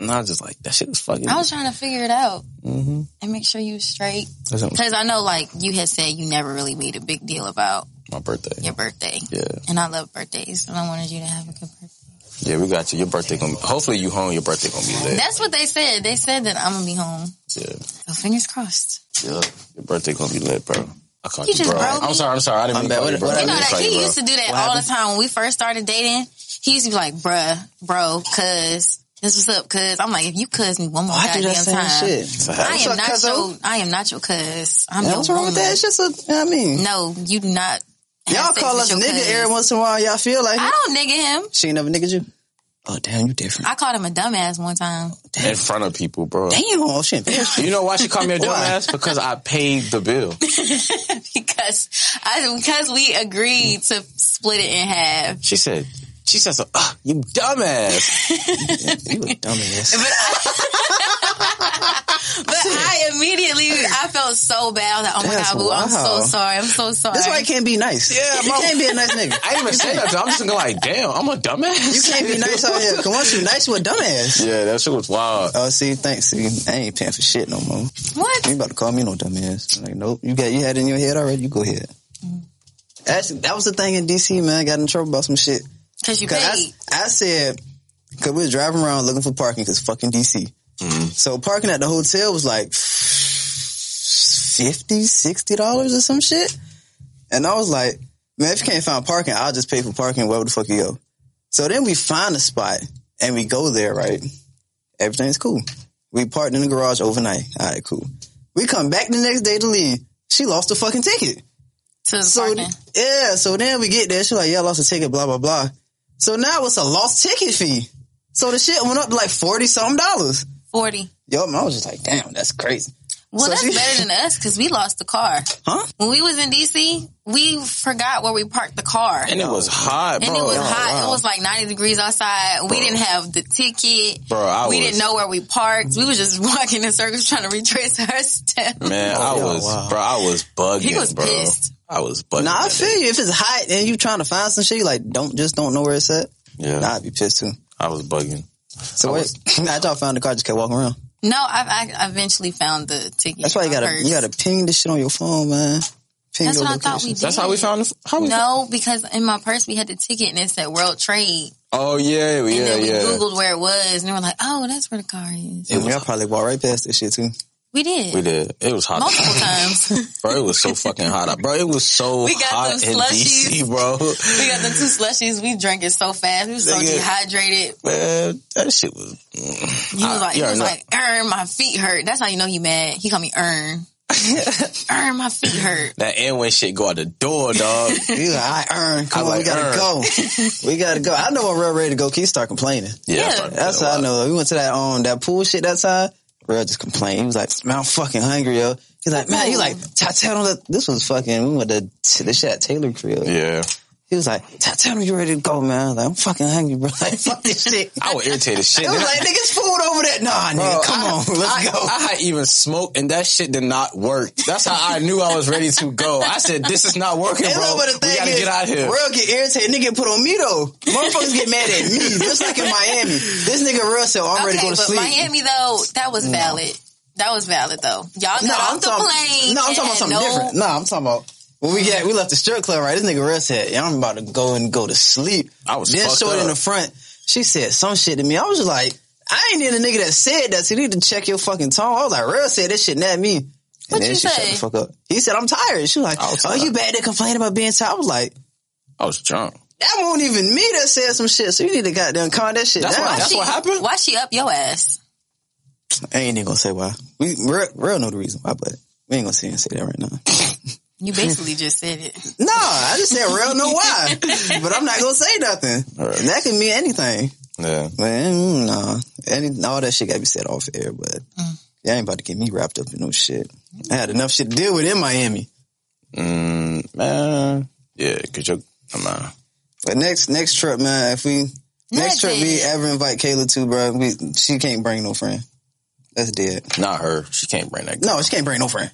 B: And I was just like, that shit is fucking.
C: I was trying to figure it out
B: mm-hmm.
C: and make sure you was straight.
B: That's on
C: Because I know, like, you had said you never really made a big deal about
B: my birthday.
C: your birthday.
B: Yeah,
C: And I love birthdays, and I wanted you to have a good birthday.
B: yeah, we got you. Your birthday gonna. Be, hopefully, you home. Your birthday gonna be late.
C: That's what they said. They said that I'm gonna be home.
B: Yeah,
C: So fingers crossed.
B: yeah. Your birthday gonna be late, bro. I called
C: You
B: you,
C: just
B: bro.
C: broke me.
B: I'm sorry. I'm sorry. I didn't
A: I'm
B: mean to
A: bad.
B: call you,
A: What-
B: bro.
A: what
B: I
C: You know,
B: didn't
A: happened?
C: that
B: call you,
C: he
B: bro.
C: used to do that
A: What
C: all
A: happened?
C: the time when we first started dating. He used to be like, "Bruh, bro, cuz this was up, cuz." I'm like, if you cuz me one more
A: Oh, I do that
C: goddamn
A: same
C: Oh, time,
A: shit.
B: So
C: I
B: how-
A: What's
C: am
A: up,
C: not
A: cuzzo?
C: your, I am not your cuz. I'm
A: Yeah,
C: your
A: what's wrong with
C: woman.
A: that? It's just a, you know what I mean,
C: No, you do not. have
A: y'all
C: sex
A: call
C: with
A: us
C: your
A: nigga
C: cuz.
A: every once in a while. Y'all feel like
C: I
A: it.
C: don't nigga him.
A: she ain't never niggas you. Oh damn, you different.
C: I called him a dumbass one time.
B: in front of people, bro.
A: damn, oh shit.
B: You know why she called me a
A: Why?
B: dumbass? Because I paid the bill.
C: because I, because we agreed to split it in half.
B: She said, she says, uh, you dumbass.
A: you a dumbass.
C: But I immediately I felt so bad. I was like, oh my
A: That's
C: god, boo, I'm so
A: wild.
C: sorry. I'm so sorry.
A: That's why you can't be nice.
B: Yeah,
A: you
B: bro.
A: can't be a nice nigga.
B: I didn't even say that. to her. I'm just going like, damn, I'm a dumbass.
A: You can't be nice out here. Cause once you nice, you a dumbass.
B: Yeah, that shit was wild.
A: Oh, see, thanks. See, I ain't paying for shit no more. You
C: what?
A: ain't about to call me no dumbass. I'm Like, nope. You got you had it in your head already. You go ahead. That's, that was the thing in DC, man. I got in trouble about some shit.
C: Because you paid.
A: Cause I, I said, cause we was driving around looking for parking cause fucking DC. So parking at the hotel was like 50 dollars or some shit. And I was like, man, if you can't find parking, I'll just pay for parking wherever the fuck you go. So then we find a spot and we go there, right? Everything's cool. We parked in the garage overnight. All right, cool. We come back the next day to leave. She lost the fucking ticket.
C: to the
A: So
C: parking.
A: yeah, so then we get there. She like, yeah, I lost a ticket, blah blah blah. So now it's a lost ticket fee. So the shit went up to like forty some dollars.
C: forty.
A: Yo, man, I was just like, damn, that's crazy,
C: Well,
A: So
C: that's
A: she-
C: better than us because we lost the car
A: huh?
C: when we was in DC. We forgot where we parked the car.
B: And it was hot, bro.
C: And it was
B: Oh,
C: hot.
B: wow.
C: It was like 90 degrees outside. We didn't have the ticket.
B: Bro, I
C: we
B: was-
C: didn't know where we parked. We was just walking in circles trying to retrace our steps.
B: Man, I
A: Oh, yeah,
B: was,
A: wow.
B: bro, I was bugging,
C: He was
B: bro.
C: pissed.
B: I was bugging.
A: Nah, I
B: that day.
A: feel you. If it's hot and you trying to find some shit, you like don't just don't know where it's at.
B: Yeah,
A: Nah, I'd be pissed too.
B: I was bugging.
A: So what? I thought I found the car, just kept walking around.
C: No, I, I eventually found the ticket.
A: That's why you
C: on
A: gotta
C: hers.
A: you gotta ping this shit on your phone, man. Ping
C: That's
A: your
C: what I thought we
A: locations.
C: did.
B: That's how we found. The, how we?
C: No, because in my purse we had the ticket and it said World Trade.
B: Oh yeah,
C: And
B: yeah,
C: then we
B: yeah.
C: Googled where it was and they were like, oh, that's where the car is.
A: Yeah, I probably walked right past this shit too.
C: We did.
B: We did. It was hot,
C: Multiple times. we
B: bro. It was so fucking hot, bro. It was so
C: We got
B: hot
C: them
B: in DC, bro.
C: got the two slushies. We drank it so fast. We were so
B: Nigga.
C: dehydrated.
B: Man, that shit was.
C: He was
B: I-
C: like, he
B: yeah,
C: was
B: no.
C: like, Ern, my feet hurt. That's how you know he mad. He called me Ern. Ern, my feet hurt.
B: That Amway shit go out the door, dog.
A: You like, I earn. Come
B: I
A: on,
B: like,
A: we gotta
B: Earn.
A: go. we gotta go. I know I'm real ready to go. Keith start complaining.
B: Yeah,
C: Yeah.
B: started
A: That's
B: feeling
A: how I
B: wild.
A: know. We went to that um that pool shit that time. Real just complained. He was like, "Man, I'm fucking hungry, yo." He's like, "Man, you like Tatiana?" This was fucking. We went to t- the shit at Taylor Crib.
B: Yeah,
A: He was like, "Tatiana, you ready to go, man?" I was like, "I'm fucking hungry, bro. Like, fuck this shit."
B: I would irritate the shit.
A: It was like, "Niggas, food over there." Nah,
B: Bro,
A: nigga, come
B: I-
A: on, let's
B: I,
A: go.
B: I had even smoked, and that shit did not work. That's how I knew I was ready to go. I said, "This is not working,
A: And
B: bro.
A: look, but
B: We
A: the thing
B: gotta
A: is,
B: get out here."
A: Real get irritated. Nigga put on me though. Motherfuckers get mad at me. Just like in Miami. This nigga real said, I'm ready to
C: Okay,
A: go to
C: but
A: sleep.
C: Miami though, that was valid. That was valid though. Y'all got
A: no,
C: off
A: I'm
C: the
A: talking,
C: plane.
A: no, I'm talking about
C: and
A: something
C: no-
A: different. No, I'm talking about when we got we left the strip club, right? This nigga real said, yeah, I'm about to go and go to sleep.
B: I was
A: then
B: fucked
A: short in
B: up.
A: the front. She said some shit to me. I was just like, I ain't in a nigga that said that. So you need to check your fucking tone. I was like, real said this shit at me.
C: What'd
A: and then
C: you
A: she shut
C: say?
A: the fuck up. He said, I'm tired. She was like,
B: I was
A: Oh,
B: tired.
A: you bad to complain about being tired. I was like,
B: I was drunk.
A: that won't even me that said some shit. So you need to goddamn calm that shit
B: That's
A: down.
B: why- that's
C: she,
B: what happened?
C: Why she up your ass?
A: I ain't even gonna say why. We real, real know the reason why, but we ain't gonna sit here and say that right now.
C: You basically just said it.
A: No, I just said real know why, but I'm not gonna say nothing.
B: Alright.
A: That can mean anything.
B: Yeah,
A: Man, no, any all that shit gotta be said off air, but y'all ain't about to get me wrapped up in no shit. I had enough shit to deal with in Miami.
B: mm, man. Yeah, cause you're. I'm, uh,
A: But next next trip, man, if we next trip we
C: Nothing.
A: ever invite Kayla to, bro, we, she can't bring no friend. That's dead.
B: not her. She can't bring that.
A: No, she can't bring no friend.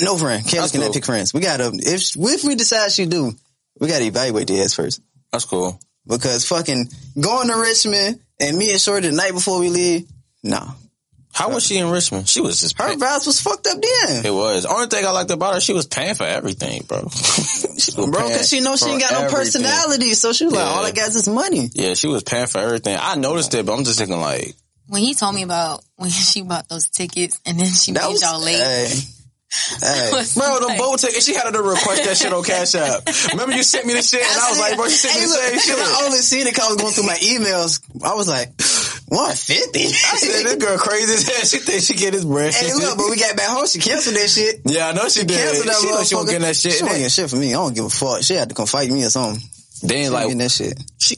A: No friend. Kayla's
B: That's
A: cannot
B: cool.
A: pick friends. We gotta if if we decide she do, we gotta evaluate the ass first.
B: That's cool.
A: Because fucking going to Richmond and me and Shorty the night before we leave, Nah.
B: How was she in Richmond? She was just
A: Her
B: paying-
A: vibes was fucked up then.
B: It was. Only thing I liked about her, she was paying for everything, bro. she was
A: Bro,
B: paying
A: cause she knows she
B: for
A: ain't got no
B: everything.
A: personality. So she was like,
B: Yeah.
A: all I got is money.
B: Yeah, she was paying for everything. I noticed it, but I'm just thinking like,
C: When he told me about when she bought those tickets and then she
A: That
C: made
A: was
C: y'all late.
A: Hey. Hey.
C: was
B: bro, the
C: like-
B: boat ticket. She had to request that shit on Cash App. Remember you sent me the shit, and I was like, bro, you sent me
A: Hey,
B: the
A: look,
B: same shit.
A: I only seen it because I was going through my emails. I was like, 150?
B: I said this girl crazy as hell. She thinks she get his bread.
A: hey, look, but we got back home. She canceled that shit.
B: yeah, I know she did.
A: Canceled that
B: she know she
A: motherfucker.
B: wasn't getting that shit.
A: She wasn't
B: Then-
A: getting shit for me. I don't give a fuck. She had to come fight me or something. She
B: Then
A: like,
B: like
A: getting that shit.
B: she,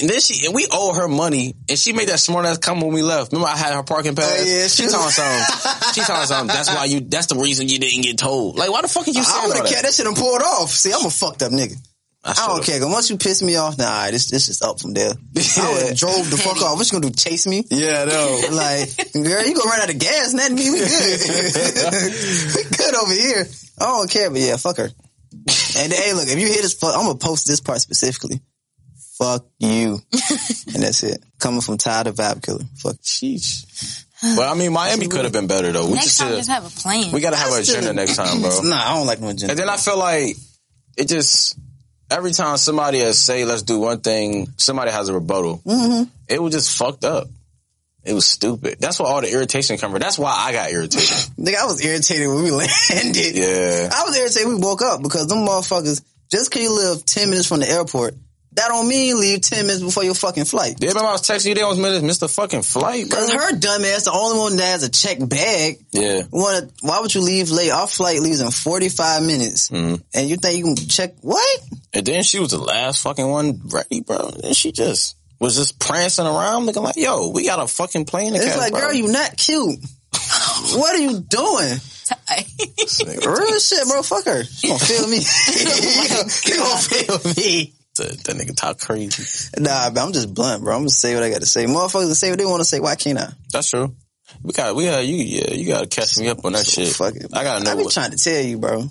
B: and then she, and we owe her money, and she made that smart ass come when we left. Remember, I had her parking pass.
A: Oh, yeah,
B: she
A: she-
B: talking something. She talking something. That's why you. That's the reason you didn't get told. Like, why the fuck are you
A: I
B: saying
A: would
B: all
A: have
B: that?
A: kept that shit and pulled off. See, I'm a fucked up nigga. I don't
B: should've-
A: care. 'cause once you piss me off, nah, all right, this this is up from there. I would
B: Yeah.
A: have drove the fuck off. What you gonna do? Chase me?
B: Yeah, no.
A: Like, girl, you gonna run out of gas? Nothing. We good. we good over here. I don't care, but yeah, fuck her. And hey, look, if you hear this, fu- I'm gonna post this part specifically. Fuck you, and that's it. Coming from Ty the Vibe Killer. Fuck.
B: Sheesh. But I mean, Miami could have been better though. We
C: Next
B: just
C: time,
B: shoulda-
C: just have a plan.
B: we gotta have an
A: I still-
B: agenda next time, bro.
A: Nah, I don't like no agenda.
B: And then I feel like it just every time somebody has say let's do one thing, somebody has a rebuttal. Mm-hmm. It was just fucked up. It was stupid. That's where all the irritation come from. That's why I got irritated.
A: Nigga, I was irritated when we landed.
B: Yeah.
A: I was irritated we woke up because them motherfuckers, just cause you live 10 minutes from the airport, that don't mean leave 10 minutes before your fucking flight.
B: Yeah, remember I was texting you. They almost missed missed the fucking flight, bro.
A: Cause her dumb ass, the only one that has a check bag,
B: Yeah,
A: wanna, why would you leave late? Our flight leaves in 45 minutes. And you think you can check, what?
B: and then she was the last fucking one ready, bro. And she just was just prancing around, looking like, "Yo, we got a fucking plane to
A: It's
B: catch,
A: like,
B: bro."
A: girl, you not cute. what are you doing? Real shit, bro. Fuck her. She gonna feel me. she gonna feel me.
B: that, that nigga talk crazy.
A: Nah, but I'm just blunt, bro. I'm gonna say what I gotta say. Motherfuckers can say what they wanna say. Why can't I?
B: That's true. We got we got you yeah, you gotta catch me up on that shit.
A: Fuck it.
B: I gotta
A: I
B: know
A: be
B: what
A: trying to tell you, bro.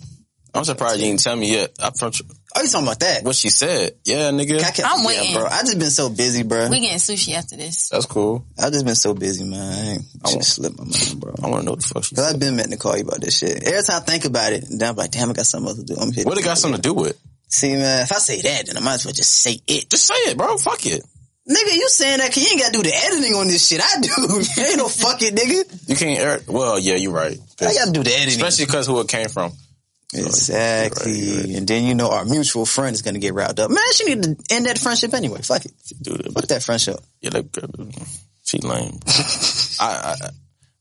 B: I'm surprised you didn't tell me yet. I'm from
A: Oh, you talking about that?
B: what she said. Yeah, nigga.
A: I kept,
C: I'm
A: yeah,
C: waiting.
A: bro. I just been so busy, bro.
C: we getting sushi after this.
B: That's cool.
A: I just been so busy, man. I, I
B: won't-
A: just slipped my mind, bro.
B: I wanna know what the fuck she
A: Cause
B: said.
A: I've been meant to call you about this shit. Every time I think about it, then I'm like, damn, I got something else to do. I'm here.
B: What it got something to do with?
A: See, man, if I say that, then I might as well just say it.
B: Just say it, bro. Fuck it.
A: Nigga, you saying that? Cause you ain't got to do the editing on this shit. I do. ain't no fucking nigga.
B: You can't air well, yeah, you're right.
A: I got to do the editing.
B: Especially because who it came from.
A: exactly.
B: You're right, you're
A: And then you know our mutual friend is gonna get riled up. Man, she need to end that friendship anyway. Fuck it.
B: Dude,
A: Fuck
B: but
A: that friendship.
B: yeah, that girl she lame. I, I I'm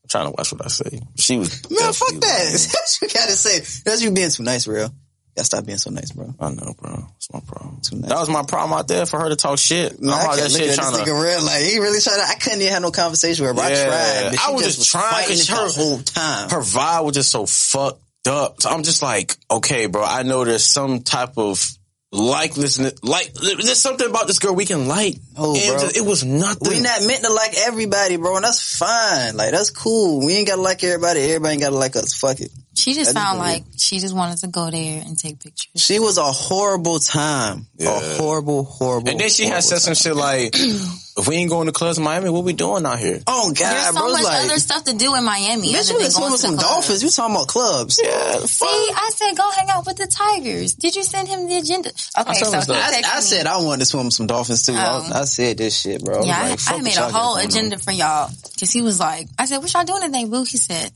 B: trying to watch what I say. She was
A: Man, fuck
B: definitely
A: that.
B: lame.
A: That's what you gotta say. That's you being too nice, real. Gotta stop being so nice, bro.
B: I know, bro. That's my problem.
A: nice.
B: That was my problem out there for her to talk shit. I'm all
A: I
B: that
A: kept looking
B: shit
A: at
B: trying
A: this
B: to
A: nigga real like he really tried. To, I couldn't even have no conversation with her. Bro.
B: Yeah.
A: I tried. But she
B: I was just trying 'cause
A: fighting it
B: her-
A: the whole time.
B: her vibe was just so fucked up. So I'm just like, okay, bro, I know there's some type of likeness, like there's something about this girl we can like.
A: Oh,
B: and
A: bro.
B: just- it was nothing.
A: we not meant to like everybody, bro, and that's fine. Like that's cool. We ain't gotta like everybody. Everybody ain't gotta like us. Fuck it.
C: She just
A: That is
C: sound
A: weird.
C: like she just wanted to go there and take pictures.
A: She was a horrible time.
B: Yeah.
A: A horrible, horrible.
B: and then she
A: horrible
B: had said some
A: time.
B: shit like, if we ain't going to clubs in Miami, what we doing out here?
A: Oh God,
C: There's so
A: bro!
C: much
A: it's Like,
C: other stuff to do in Miami.
A: bitch, you
C: other than
A: been swimming
C: going
A: with
C: to the
A: some
C: club.
A: dolphins. You talking about clubs?
B: Yeah, the
C: See,
B: fuck.
C: I said go hang out with the Tigers. Did you send him the agenda? Okay,
B: sent
C: so
B: him
C: he
B: stuff.
A: I,
C: texted
A: I
C: me.
A: said I wanted to swim with some dolphins too. I, was-
C: Oh.
A: I said this shit, bro.
C: Yeah,
A: I, was Oh,
C: I,
A: like,
C: I
A: fuck
C: made
A: what
C: a
A: y'all got
C: whole
A: going on.
C: agenda for y'all because he was like, I said, "What y'all doing today, boo?" He said,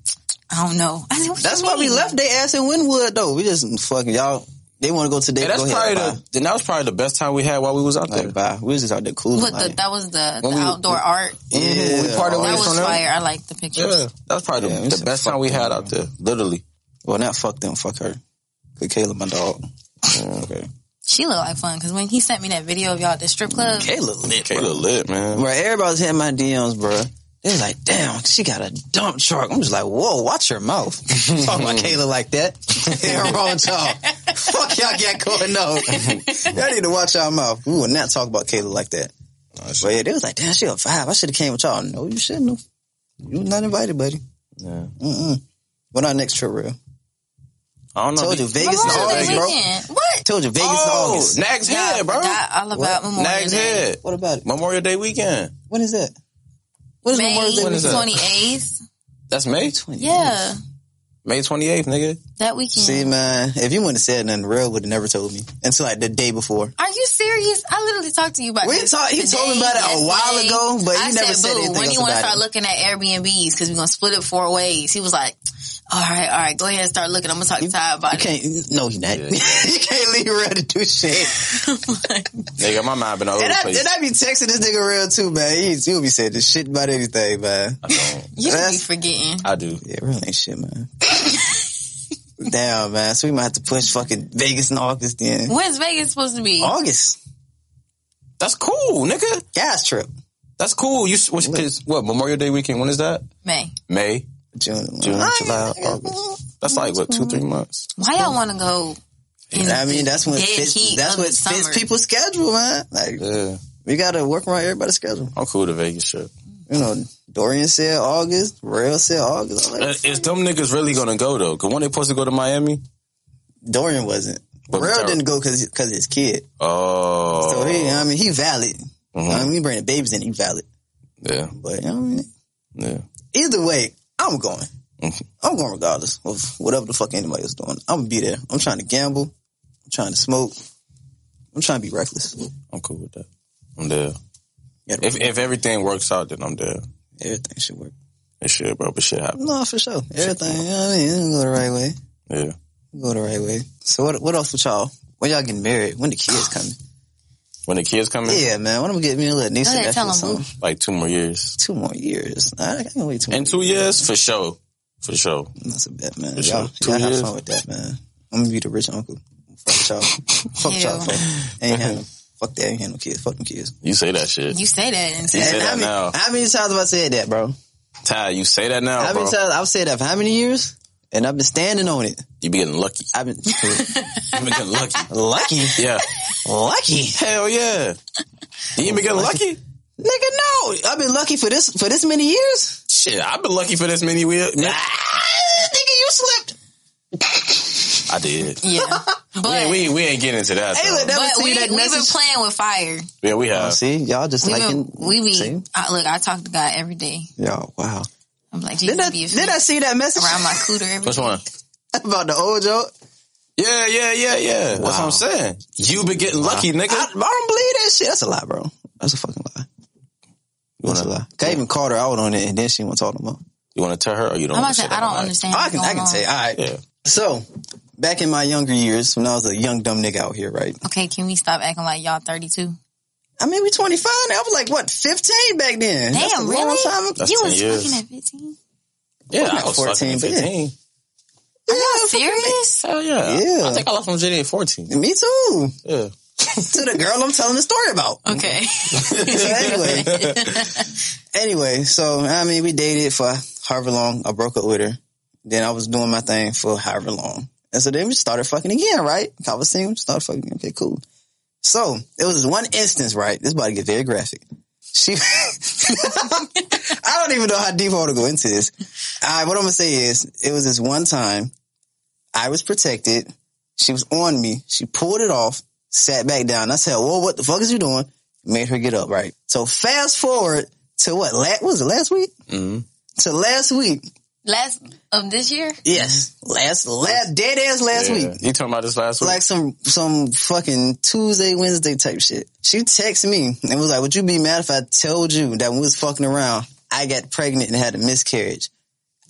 C: "I don't know." I said, what
A: That's
C: you
A: why we
C: mean?"
A: left their ass in Winwood though. We just fucking y'all. They want to go today.
B: And that's
A: go
B: probably
A: ahead.
B: the, and that was probably the best time we had while we was out
A: bye.
B: there.
A: Like, bye. We was just out there cooling.
C: What the,
A: like,
C: that was the, the
B: When we-
C: outdoor art.
A: yeah,
B: we parted
A: all
B: ways
C: That
A: that.
B: from
C: was
B: there?
C: fire. I like the pictures.
B: Yeah, that's probably
A: Yeah, we
B: the, the
A: said
B: best
A: fuck
B: time we
A: them,
B: had
A: bro.
B: out there. Literally,
A: Well, not fuck them. Fuck her. Good Kayla, my dog. Okay.
C: She looked like fun because when he sent me that video of y'all at the strip club,
A: Kayla lit. bro.
B: Kayla lit, man.
A: Bro, everybody's hitting my DMs, bro. They're like, damn, she got a dump truck. I'm just like, whoa, watch your mouth. Talking about Kayla like that. Damn wrong talk. Fuck y'all got going on. y'all need to watch y'all mouth. We will not talk about Kayla like that. But yeah, they was like, damn, she a five. I should have came with y'all. No, you shouldn't have. You was not invited, buddy.
B: Yeah.
A: Mm-mm. When our next trip, real?
B: I don't know.
A: Told you, Vegas is
C: Memorial Day
A: August, bro.
C: weekend. What?
A: Told you, Vegas is
B: oh,
A: August.
B: Nags
C: Y'all
B: Head, bro.
C: forgot all about Memorial
B: Nags
C: Day.
B: Head.
A: What about it?
B: Memorial Day weekend.
A: When is that? What is
C: May
A: Memorial Day?
B: When is that?
C: 28th.
B: That's May.
C: Yeah.
B: May twenty eighth, nigga.
C: That weekend.
A: See, man, if you wouldn't have said nothing, real would have never told me until like the day before.
C: Are you serious? I literally talked to you about
A: We
C: this.
A: talked- he told me about it a
C: yesterday.
A: while ago, but he
C: I
A: never said
C: "Boo,
A: anything
C: When
A: else
C: you wanna
A: about
C: start
A: it."
C: looking at Airbnbs because we're gonna split it four ways. He was like, "All right, all right, go ahead and start looking. I'm gonna talk to Ty about
A: You
C: it."
A: can't. No, you're not.
B: Yeah.
A: you can't leave real to do shit.
B: Nigga, my mind been all over
A: And
B: the
A: I,
B: place.
A: and I be texting this nigga real too, man. He, he'll be saying this shit about everything, man.
B: I, don't.
C: You should be
A: That's-
C: forgetting.
B: I do.
A: Yeah, real ain't shit, man. Damn, man. So we might have to push fucking Vegas in August then.
C: When's Vegas supposed to be?
A: August.
B: That's cool, nigga.
A: Gas trip.
B: That's cool. You what, cause, what Memorial Day weekend? When is that?
C: May.
B: May.
A: June,
B: June,
A: July,
B: July, August. That's like what two, three months.
C: Why y'all want to go? in
A: I mean, that's when
C: dead
A: fits,
C: heat
A: that's
C: of
A: what
C: the
A: fits
C: summer?
A: people's schedule, man. Like
B: Yeah,
A: we gotta work around everybody's schedule.
B: I'm cool to Vegas shit.
A: You know, Dorian said August, Rail said August. I'm like,
B: Uh, is them niggas really gonna go though? Cause when they supposed to go to Miami?
A: Dorian wasn't.
B: But
A: Rail
B: Tara-
A: didn't go because cause his kid.
B: Oh,
A: So he, I mean, he valid.
B: Mhm.
A: I mean, we bring the babies in, he valid.
B: yeah,
A: But I mean,
B: yeah.
A: either way, I'm going.
B: Mhm.
A: I'm going regardless of whatever the fuck anybody is doing. I'm gonna be there. I'm trying to gamble. I'm trying to smoke. I'm trying to be reckless.
B: I'm cool with that. I'm there.
A: Yeah,
B: If if everything works out, then I'm there.
A: everything should work.
B: It should, bro. But shit happens.
A: No, for sure. Everything. You know what I mean, it'll go the right way.
B: Yeah.
A: It'll go the right way. So what? What else with y'all? When y'all getting married? When the kids coming?
B: When the kids come in,
A: Yeah, man. When I'm gonna get me a little niece
C: Go
A: and nephew
C: ahead, tell
A: or
C: 'em,
A: something.
B: like two more years.
A: Two more years. I, I can wait two.
B: In
A: more
B: two years, for sure, for sure.
A: years. That's a bet, man.
B: For
A: Y'all,
B: sure.
A: y'all
B: Two
A: have
B: years.
A: fun with that, man. I'm gonna be the rich uncle. Fuck y'all. fuck y'all.
C: Ew.
A: Fuck. Ain't handle. Fuck that. Ain't handle kids. Fuck them kids.
B: You say that shit,
C: You say that and
B: You
C: say
B: say
A: And
B: that
A: how, many,
B: now.
A: how many times have I said that, bro?
B: Ty. You say that now,
A: how
B: bro.
A: many times I've said that for how many years? And I've been standing on it.
B: You be getting lucky.
A: I've been
B: You been getting lucky.
A: lucky,
B: Yeah.
A: lucky.
B: Hell yeah. You ain't been getting lucky.
A: Nigga, no. I've been lucky for this for this many years.
B: Shit, I've been lucky for this many years.
A: Ah, nigga, you slipped.
B: I did.
C: yeah. But
B: We we ain't getting into that.
A: Hey,
B: though.
A: look, that-
C: but
A: Never seen
C: we
A: that
C: we've been
A: message.
C: playing with fire.
B: yeah, we
A: Oh,
B: have.
A: see, y'all just
C: We've
A: liking.
C: been we
A: see?
C: be I, look. I talk to God every day.
A: Y'all, wow.
C: I'm like
A: Did
C: Jesus
A: I,
C: be a
A: did I see that message
C: around my cooter every
B: Which one?
A: about the old joke?
B: Yeah, yeah, yeah, yeah. That's what
A: Wow.
B: I'm saying. You been getting lucky, nigga.
A: I, I don't believe that shit. That's a lie, bro. That's a fucking lie. That's a lie. 'Cause I even called her out on it, and then she won't talk no more.
B: you want to tell her or you don't?
C: I'm
B: wanna
C: about to say
B: that
C: I don't
B: on mic?
C: understand.
A: I
C: what's
A: can, I
C: going
A: can
C: on.
A: tell. you. All right.
B: Yeah.
A: So, back in my younger years, when I was a young dumb nigga out here, right?
C: Okay, can we stop acting like y'all 32?
A: I mean, we twenty five. I was like what fifteen back then. That's a
C: Damn, really?
A: long time ago.
B: That's
C: you
B: 10
C: was
B: years.
C: fucking at 15?
B: Yeah,
A: I'm
B: I
A: at
B: was
A: 14,
B: 14,
A: but yeah.
B: 15.
C: Are y'all serious?
B: Hell yeah.
A: Yeah.
B: I think I left from JD at 14.
A: Me too.
B: Yeah.
A: to the girl I'm telling the story about.
C: Okay.
A: So anyway, anyway, so I mean, we dated for however long. I broke up with her. Then I was doing my thing for however long, and so then we started fucking again, right? I was single, started fucking. again. Okay, cool. So it was one instance, right? This is about to get very graphic. She, I don't even know how deep I want to go into this. I, what I'm gonna say is, it was this one time. I was protected. She was on me. She pulled it off, sat back down. I said, "Well, what the fuck is you doing?" Made her get up, right? So fast forward to what? La- what was it last week?
B: hmm
A: To last week?
C: Last of this year?
A: Yes, last last dead ass last
B: yeah.
A: week.
B: You talking about this last week?
A: Like some some fucking Tuesday Wednesday type shit. She texted me and was like, "Would you be mad if I told you that when we was fucking around, I got pregnant and had a miscarriage?"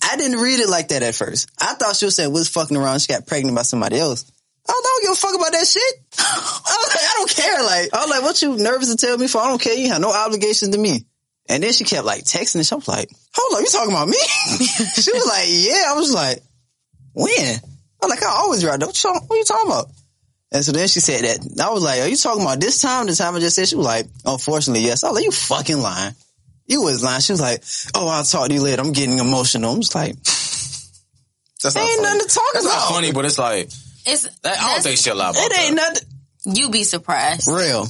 A: I didn't read it like that at first. I thought she was saying we was fucking around. She got pregnant by somebody else. I don't, I don't give a fuck about that shit. I was like, I don't care. Like, I was like, what you nervous to tell me for? I don't care. You have no obligations to me. And then she kept like texting and shit. I was like, hold on, you talking about me? she was like, yeah. I was like, when? I'm like, I always ride. Don't you, what you talking about? And so then she said that. And I was like, are you talking about this time? The time I just said? She was like, unfortunately, yes. I was like, you fucking lying. You was lying. She was like, oh, I'll talk to you later. I'm getting emotional. I'm just like,
B: that's not
A: ain't
B: funny.
A: nothing to talk
B: That's
A: about.
B: not funny, but it's like,
C: It's
B: that, I don't
C: that's-
B: think she'll lie about
A: It ain't
B: that.
A: nothing
C: you be surprised.
A: real.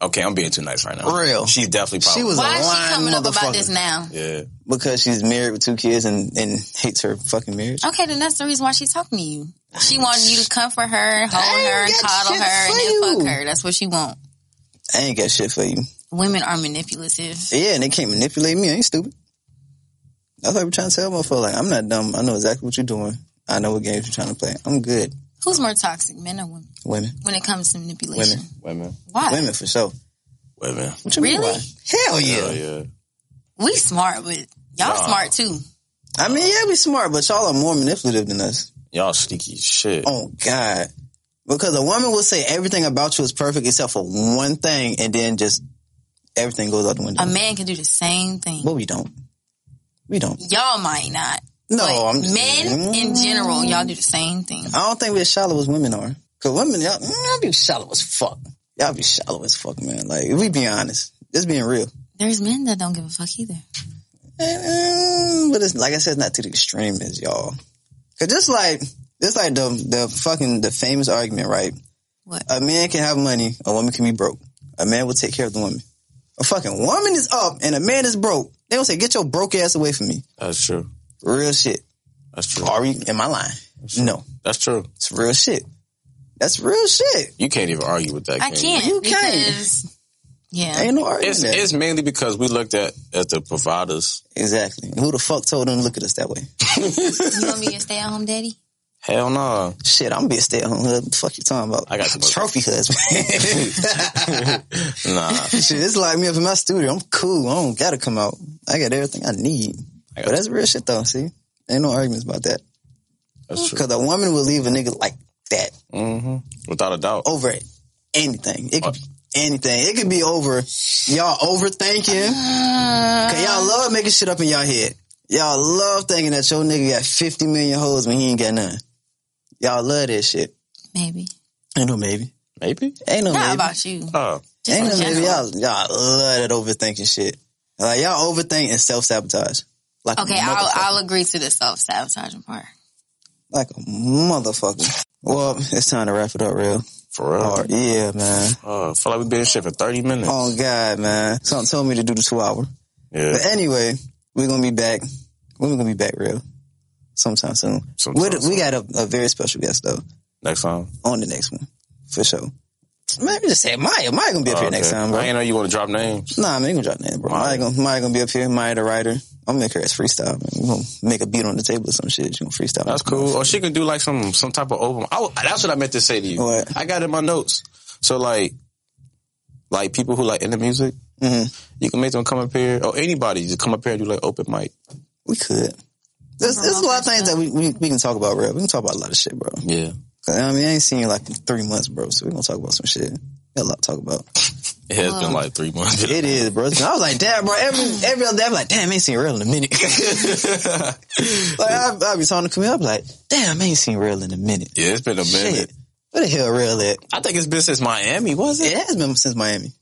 B: Okay, I'm being too nice right now.
A: Real.
B: She's definitely probably.
A: She was
C: Why is
A: lying
C: she coming up
A: motherfucker.
C: about this now?
B: Yeah.
A: because she's married with two kids and, and hates her fucking marriage.
C: Okay, then that's the reason why she's talking to you. She wanted you to comfort her, hold
A: ain't
C: her, and
A: got
C: coddle
A: shit
C: her, and
A: for
C: then
A: you.
C: fuck her. That's what she want.
A: I ain't got shit for you.
C: Women are manipulative.
A: Yeah, and they can't manipulate me. I ain't stupid. That's what I'm trying to tell motherfucker. Like, I'm not dumb. I know exactly what you're doing. I know what games you're trying to play. I'm good.
C: Who's more toxic, men or women,
A: Women,
C: when it comes to manipulation?
A: women,
B: Women.
C: Why?
A: women for sure.
B: Women.
A: What you mean
C: Really?
A: why? Hell Oh, yeah.
B: Hell yeah.
C: We smart, but y'all
B: Nah.
C: smart too.
A: I mean, yeah, we smart, but y'all are more manipulative than us.
B: Y'all sneaky as shit.
A: Oh God. Because a woman will say everything about you is perfect except for one thing and then just everything goes out the window.
C: A man can do the same thing.
A: but we don't. We don't.
C: Y'all might not.
A: No,
C: but
A: I'm just
C: men in general, y'all do the same thing.
A: I don't think we're as shallow as women are. Cause women, y'all, mm, y'all be shallow as fuck. Y'all be shallow as fuck, man. Like, if we be honest. Just being real.
C: There's men that don't give a fuck either.
A: Mm, but it's, like I said, not to the extreme as y'all. Cause just like, it's like the, the fucking, the famous argument, right?
C: What?
A: A man can have money, a woman can be broke. A man will take care of the woman. A fucking woman is up and a man is broke. They will say, get your broke ass away from me.
B: That's true.
A: Real shit.
B: That's true.
A: Are we, am I lying? No,
B: That's true.
A: it's real shit. That's real shit.
B: You can't even argue with that.
C: I
B: can you?
C: can't
A: You can't.
C: because yeah,
A: Ain't no argument.
B: It's,
A: there.
B: it's mainly because we looked at as the providers.
A: Exactly. Who the fuck told them to look at us that way?
C: you want me to stay at home, daddy?
B: Hell no.
A: Shit, I'm gonna be a stay at home husband. Fuck you talking about?
B: I got you, bro.
A: trophy husband.
B: Nah.
A: shit, it's like me up in my studio. I'm cool. I don't gotta come out. I got everything I need.
B: I got
A: but that's real shit though. See, ain't no arguments about that.
B: That's true.
A: Because a woman will leave a nigga like that
B: hmm Without a doubt.
A: over it. Anything. It could be anything. It could be over. Y'all overthinking.
C: Uh,
A: Cause y'all love making shit up in y'all head. Y'all love thinking that your nigga got 50 million hoes when he ain't got none. Y'all love that shit.
C: maybe
A: Ain't no maybe.
B: Maybe.
A: Ain't no
C: not
A: maybe.
C: about you.
B: Oh.
C: Just
A: Ain't
C: in
A: no maybe.
C: general.
A: Y'all, y'all love that overthinking shit. Like y'all overthink and self sabotage. Like
C: Okay,
A: a
C: I'll
A: motherfucker.
C: I'll agree to the self sabotaging part.
A: like a motherfucker. Well, it's time to wrap it up, real.
B: For real.
A: Or, yeah, man.
B: Oh, I feel like we've been in shit for 30 minutes.
A: Oh God, man. Something told me to do the two hour.
B: yeah.
A: But anyway, we're gonna be back. When we gonna be back, real? Sometime soon.
B: Sometime
A: What- we got a, a very special guest though
B: Next time.
A: on the next one for sure. Man, we just say Maya. Maya gonna be up
B: Oh,
A: here next
B: okay.
A: time, bro.
B: I ain't know you want to drop names.
A: Nah, man, you can drop that, bro. Maya gonna, Maya gonna be up here. Maya the writer. I'm gonna make her as freestyle. Man. We gonna make a beat on the table or some shit. She gonna freestyle.
B: That's cool. Or she can do like some some type of open. I, w- that's what I meant to say to you.
A: What?
B: I got it in my notes. So like, like people who like into music,
A: Mm-hmm.
B: you can make them come up here or anybody just come up here and do like open mic.
A: We could. There's, there's a lot of things that we, we we can talk about, bro. We can talk about a lot of shit, bro.
B: Yeah.
A: 'Cause, I mean, I ain't seen you like in three months, bro. So we gonna talk about some shit. Got a lot to talk about.
B: It has been like three months.
A: It is, bro. I was like, damn, bro. Every every other day, I'm like, damn, I ain't seen real in a minute. like, I, I be talking to Camille, I'm like, damn, I ain't seen real in a minute.
B: yeah, it's been a minute.
A: Shit, where the hell real at?
B: I think it's been since Miami, was
A: It
B: it?
A: has been since Miami.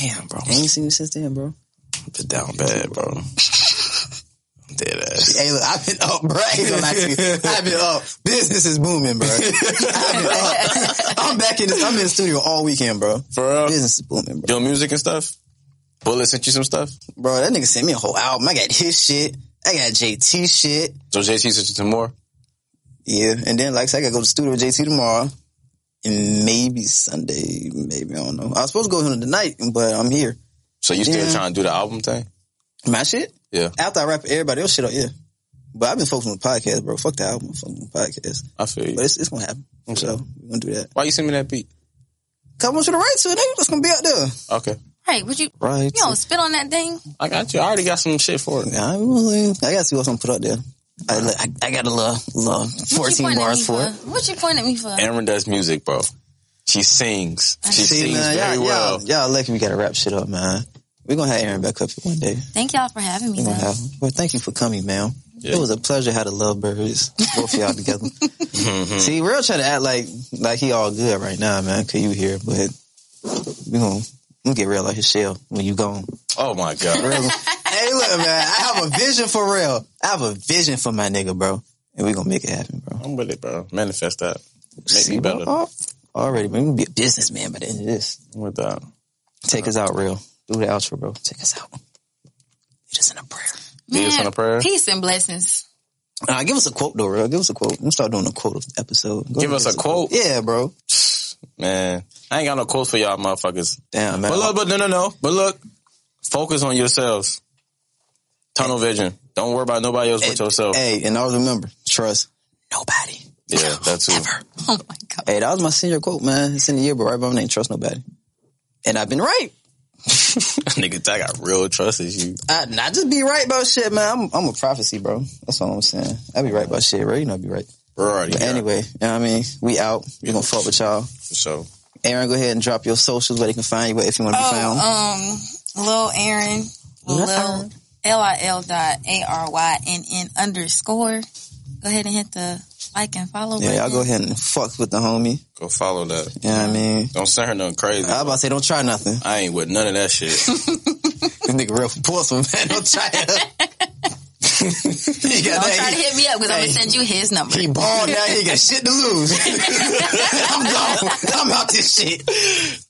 B: Damn, bro.
A: I ain't seen you since then, bro.
B: I've been down bad, bro. I'm dead ass.
A: Hey, look, I've been up, bro. I ain't gonna lie to you. I've been up. Business is booming, bro. I've been up. I'm back in. This, I'm in the studio all weekend, bro.
B: For real?
A: Business is booming, bro.
B: Your music and stuff? Bullet sent you some stuff?
A: Bro, that nigga sent me a whole album. I got his shit. I got JT shit.
B: So JC sent you some more?
A: Yeah, and then like I said, I gotta go to the studio with JT tomorrow. And maybe Sunday, maybe I don't know. I was supposed to go home tonight, but I'm here.
B: So you still
A: Yeah.
B: trying to do the album thing?
A: My shit?
B: Yeah.
A: After I wrap everybody else shit up, yeah. But I've been focused on the podcast, bro. Fuck the album, I'm focused on the podcast.
B: I feel
A: But
B: you.
A: it's, it's gonna happen. So we're gonna do that.
B: Why you send me that beat?
A: Come on to the right to it, nigga. It's gonna be out there.
B: Okay.
C: Right? Would you?
A: Right.
C: You don't spit on that thing.
B: I got you. I already got some shit for it.
A: I, really, I gotta see what's gonna put out there. I, look, I, I got a little, little
C: What you
A: 14
C: pointing at me
A: bars for it.
C: What you pointing at me for?
B: Aaron does music, bro. She sings. She sings
A: man,
B: very
A: y'all,
B: well.
A: Y'all, y'all lucky we gotta wrap shit up, man. We're gonna have Aaron back up here one day.
C: Thank y'all for having me.
A: We're gonna
C: though.
A: have Well, thank you for coming, ma'am.
B: Yeah.
A: It was a pleasure how to love birds, both of y'all together.
B: Mm-hmm.
A: See, real trying to act like like he all good right now, man, cause you here, but we gonna we get real like his shell when you gone.
B: Oh my god.
A: Real- hey, look, man, I have a vision for real. I have a vision for my nigga, bro, and we gonna make it happen, bro.
B: I'm with it, bro. Manifest that. Make
A: See,
B: me
A: bro,
B: better.
A: al- Already, man, we gonna be a businessman by the end of this.
B: I'm with that.
A: Take us out, real. Do the outro, bro. Take us out. It is in a prayer.
B: Lead us
C: Man,
B: in a prayer.
C: Peace and blessings.
A: Uh, give us a quote though, real. Give us a quote. Let's start doing a quote of the episode. Go
B: Give
A: ahead,
B: us a quote?
A: Yeah, bro.
B: Man. I ain't got no quotes for y'all motherfuckers.
A: Damn, man.
B: But look, but no no no. But look. Focus on yourselves. Tunnel vision. Don't worry about nobody else
A: Eh,
B: but yourself.
A: Hey, and always remember, trust nobody.
B: yeah, that's too.
C: Oh my god.
A: Hey, that was my senior quote, man. It's in the yearbook right by my name, trust nobody. And I've been right.
B: Nigga, I got real trust issues.
A: I not just be right about shit, man. I'm, I'm a prophecy, bro. That's all I'm saying. I be right about shit, bro. You know I be right.
B: We're already
A: But
B: here,
A: anyway, you know what I mean? We out. we gonna fuck with y'all.
B: so
A: Aaron, go ahead and drop your socials where they can find you, but if you wanna be found.
C: Oh, um, Lil Aaron, Lil
A: Aaron.
C: L I L dot A R Y N N underscore. Go ahead and hit the like and follow.
A: yeah, y'all
C: button.
A: go ahead and fuck with the homie.
B: go follow that.
A: You know what I mean?
B: Don't send her nothing crazy.
A: I was about to say, don't try nothing.
B: I ain't with none of that shit.
A: This nigga real forceful, man. Don't try it. he got
C: Don't
A: that.
C: try to hit me up because I'm
A: Hey.
C: gonna send you his number.
A: He bald now. He got shit to lose. I'm gone. I'm out this shit.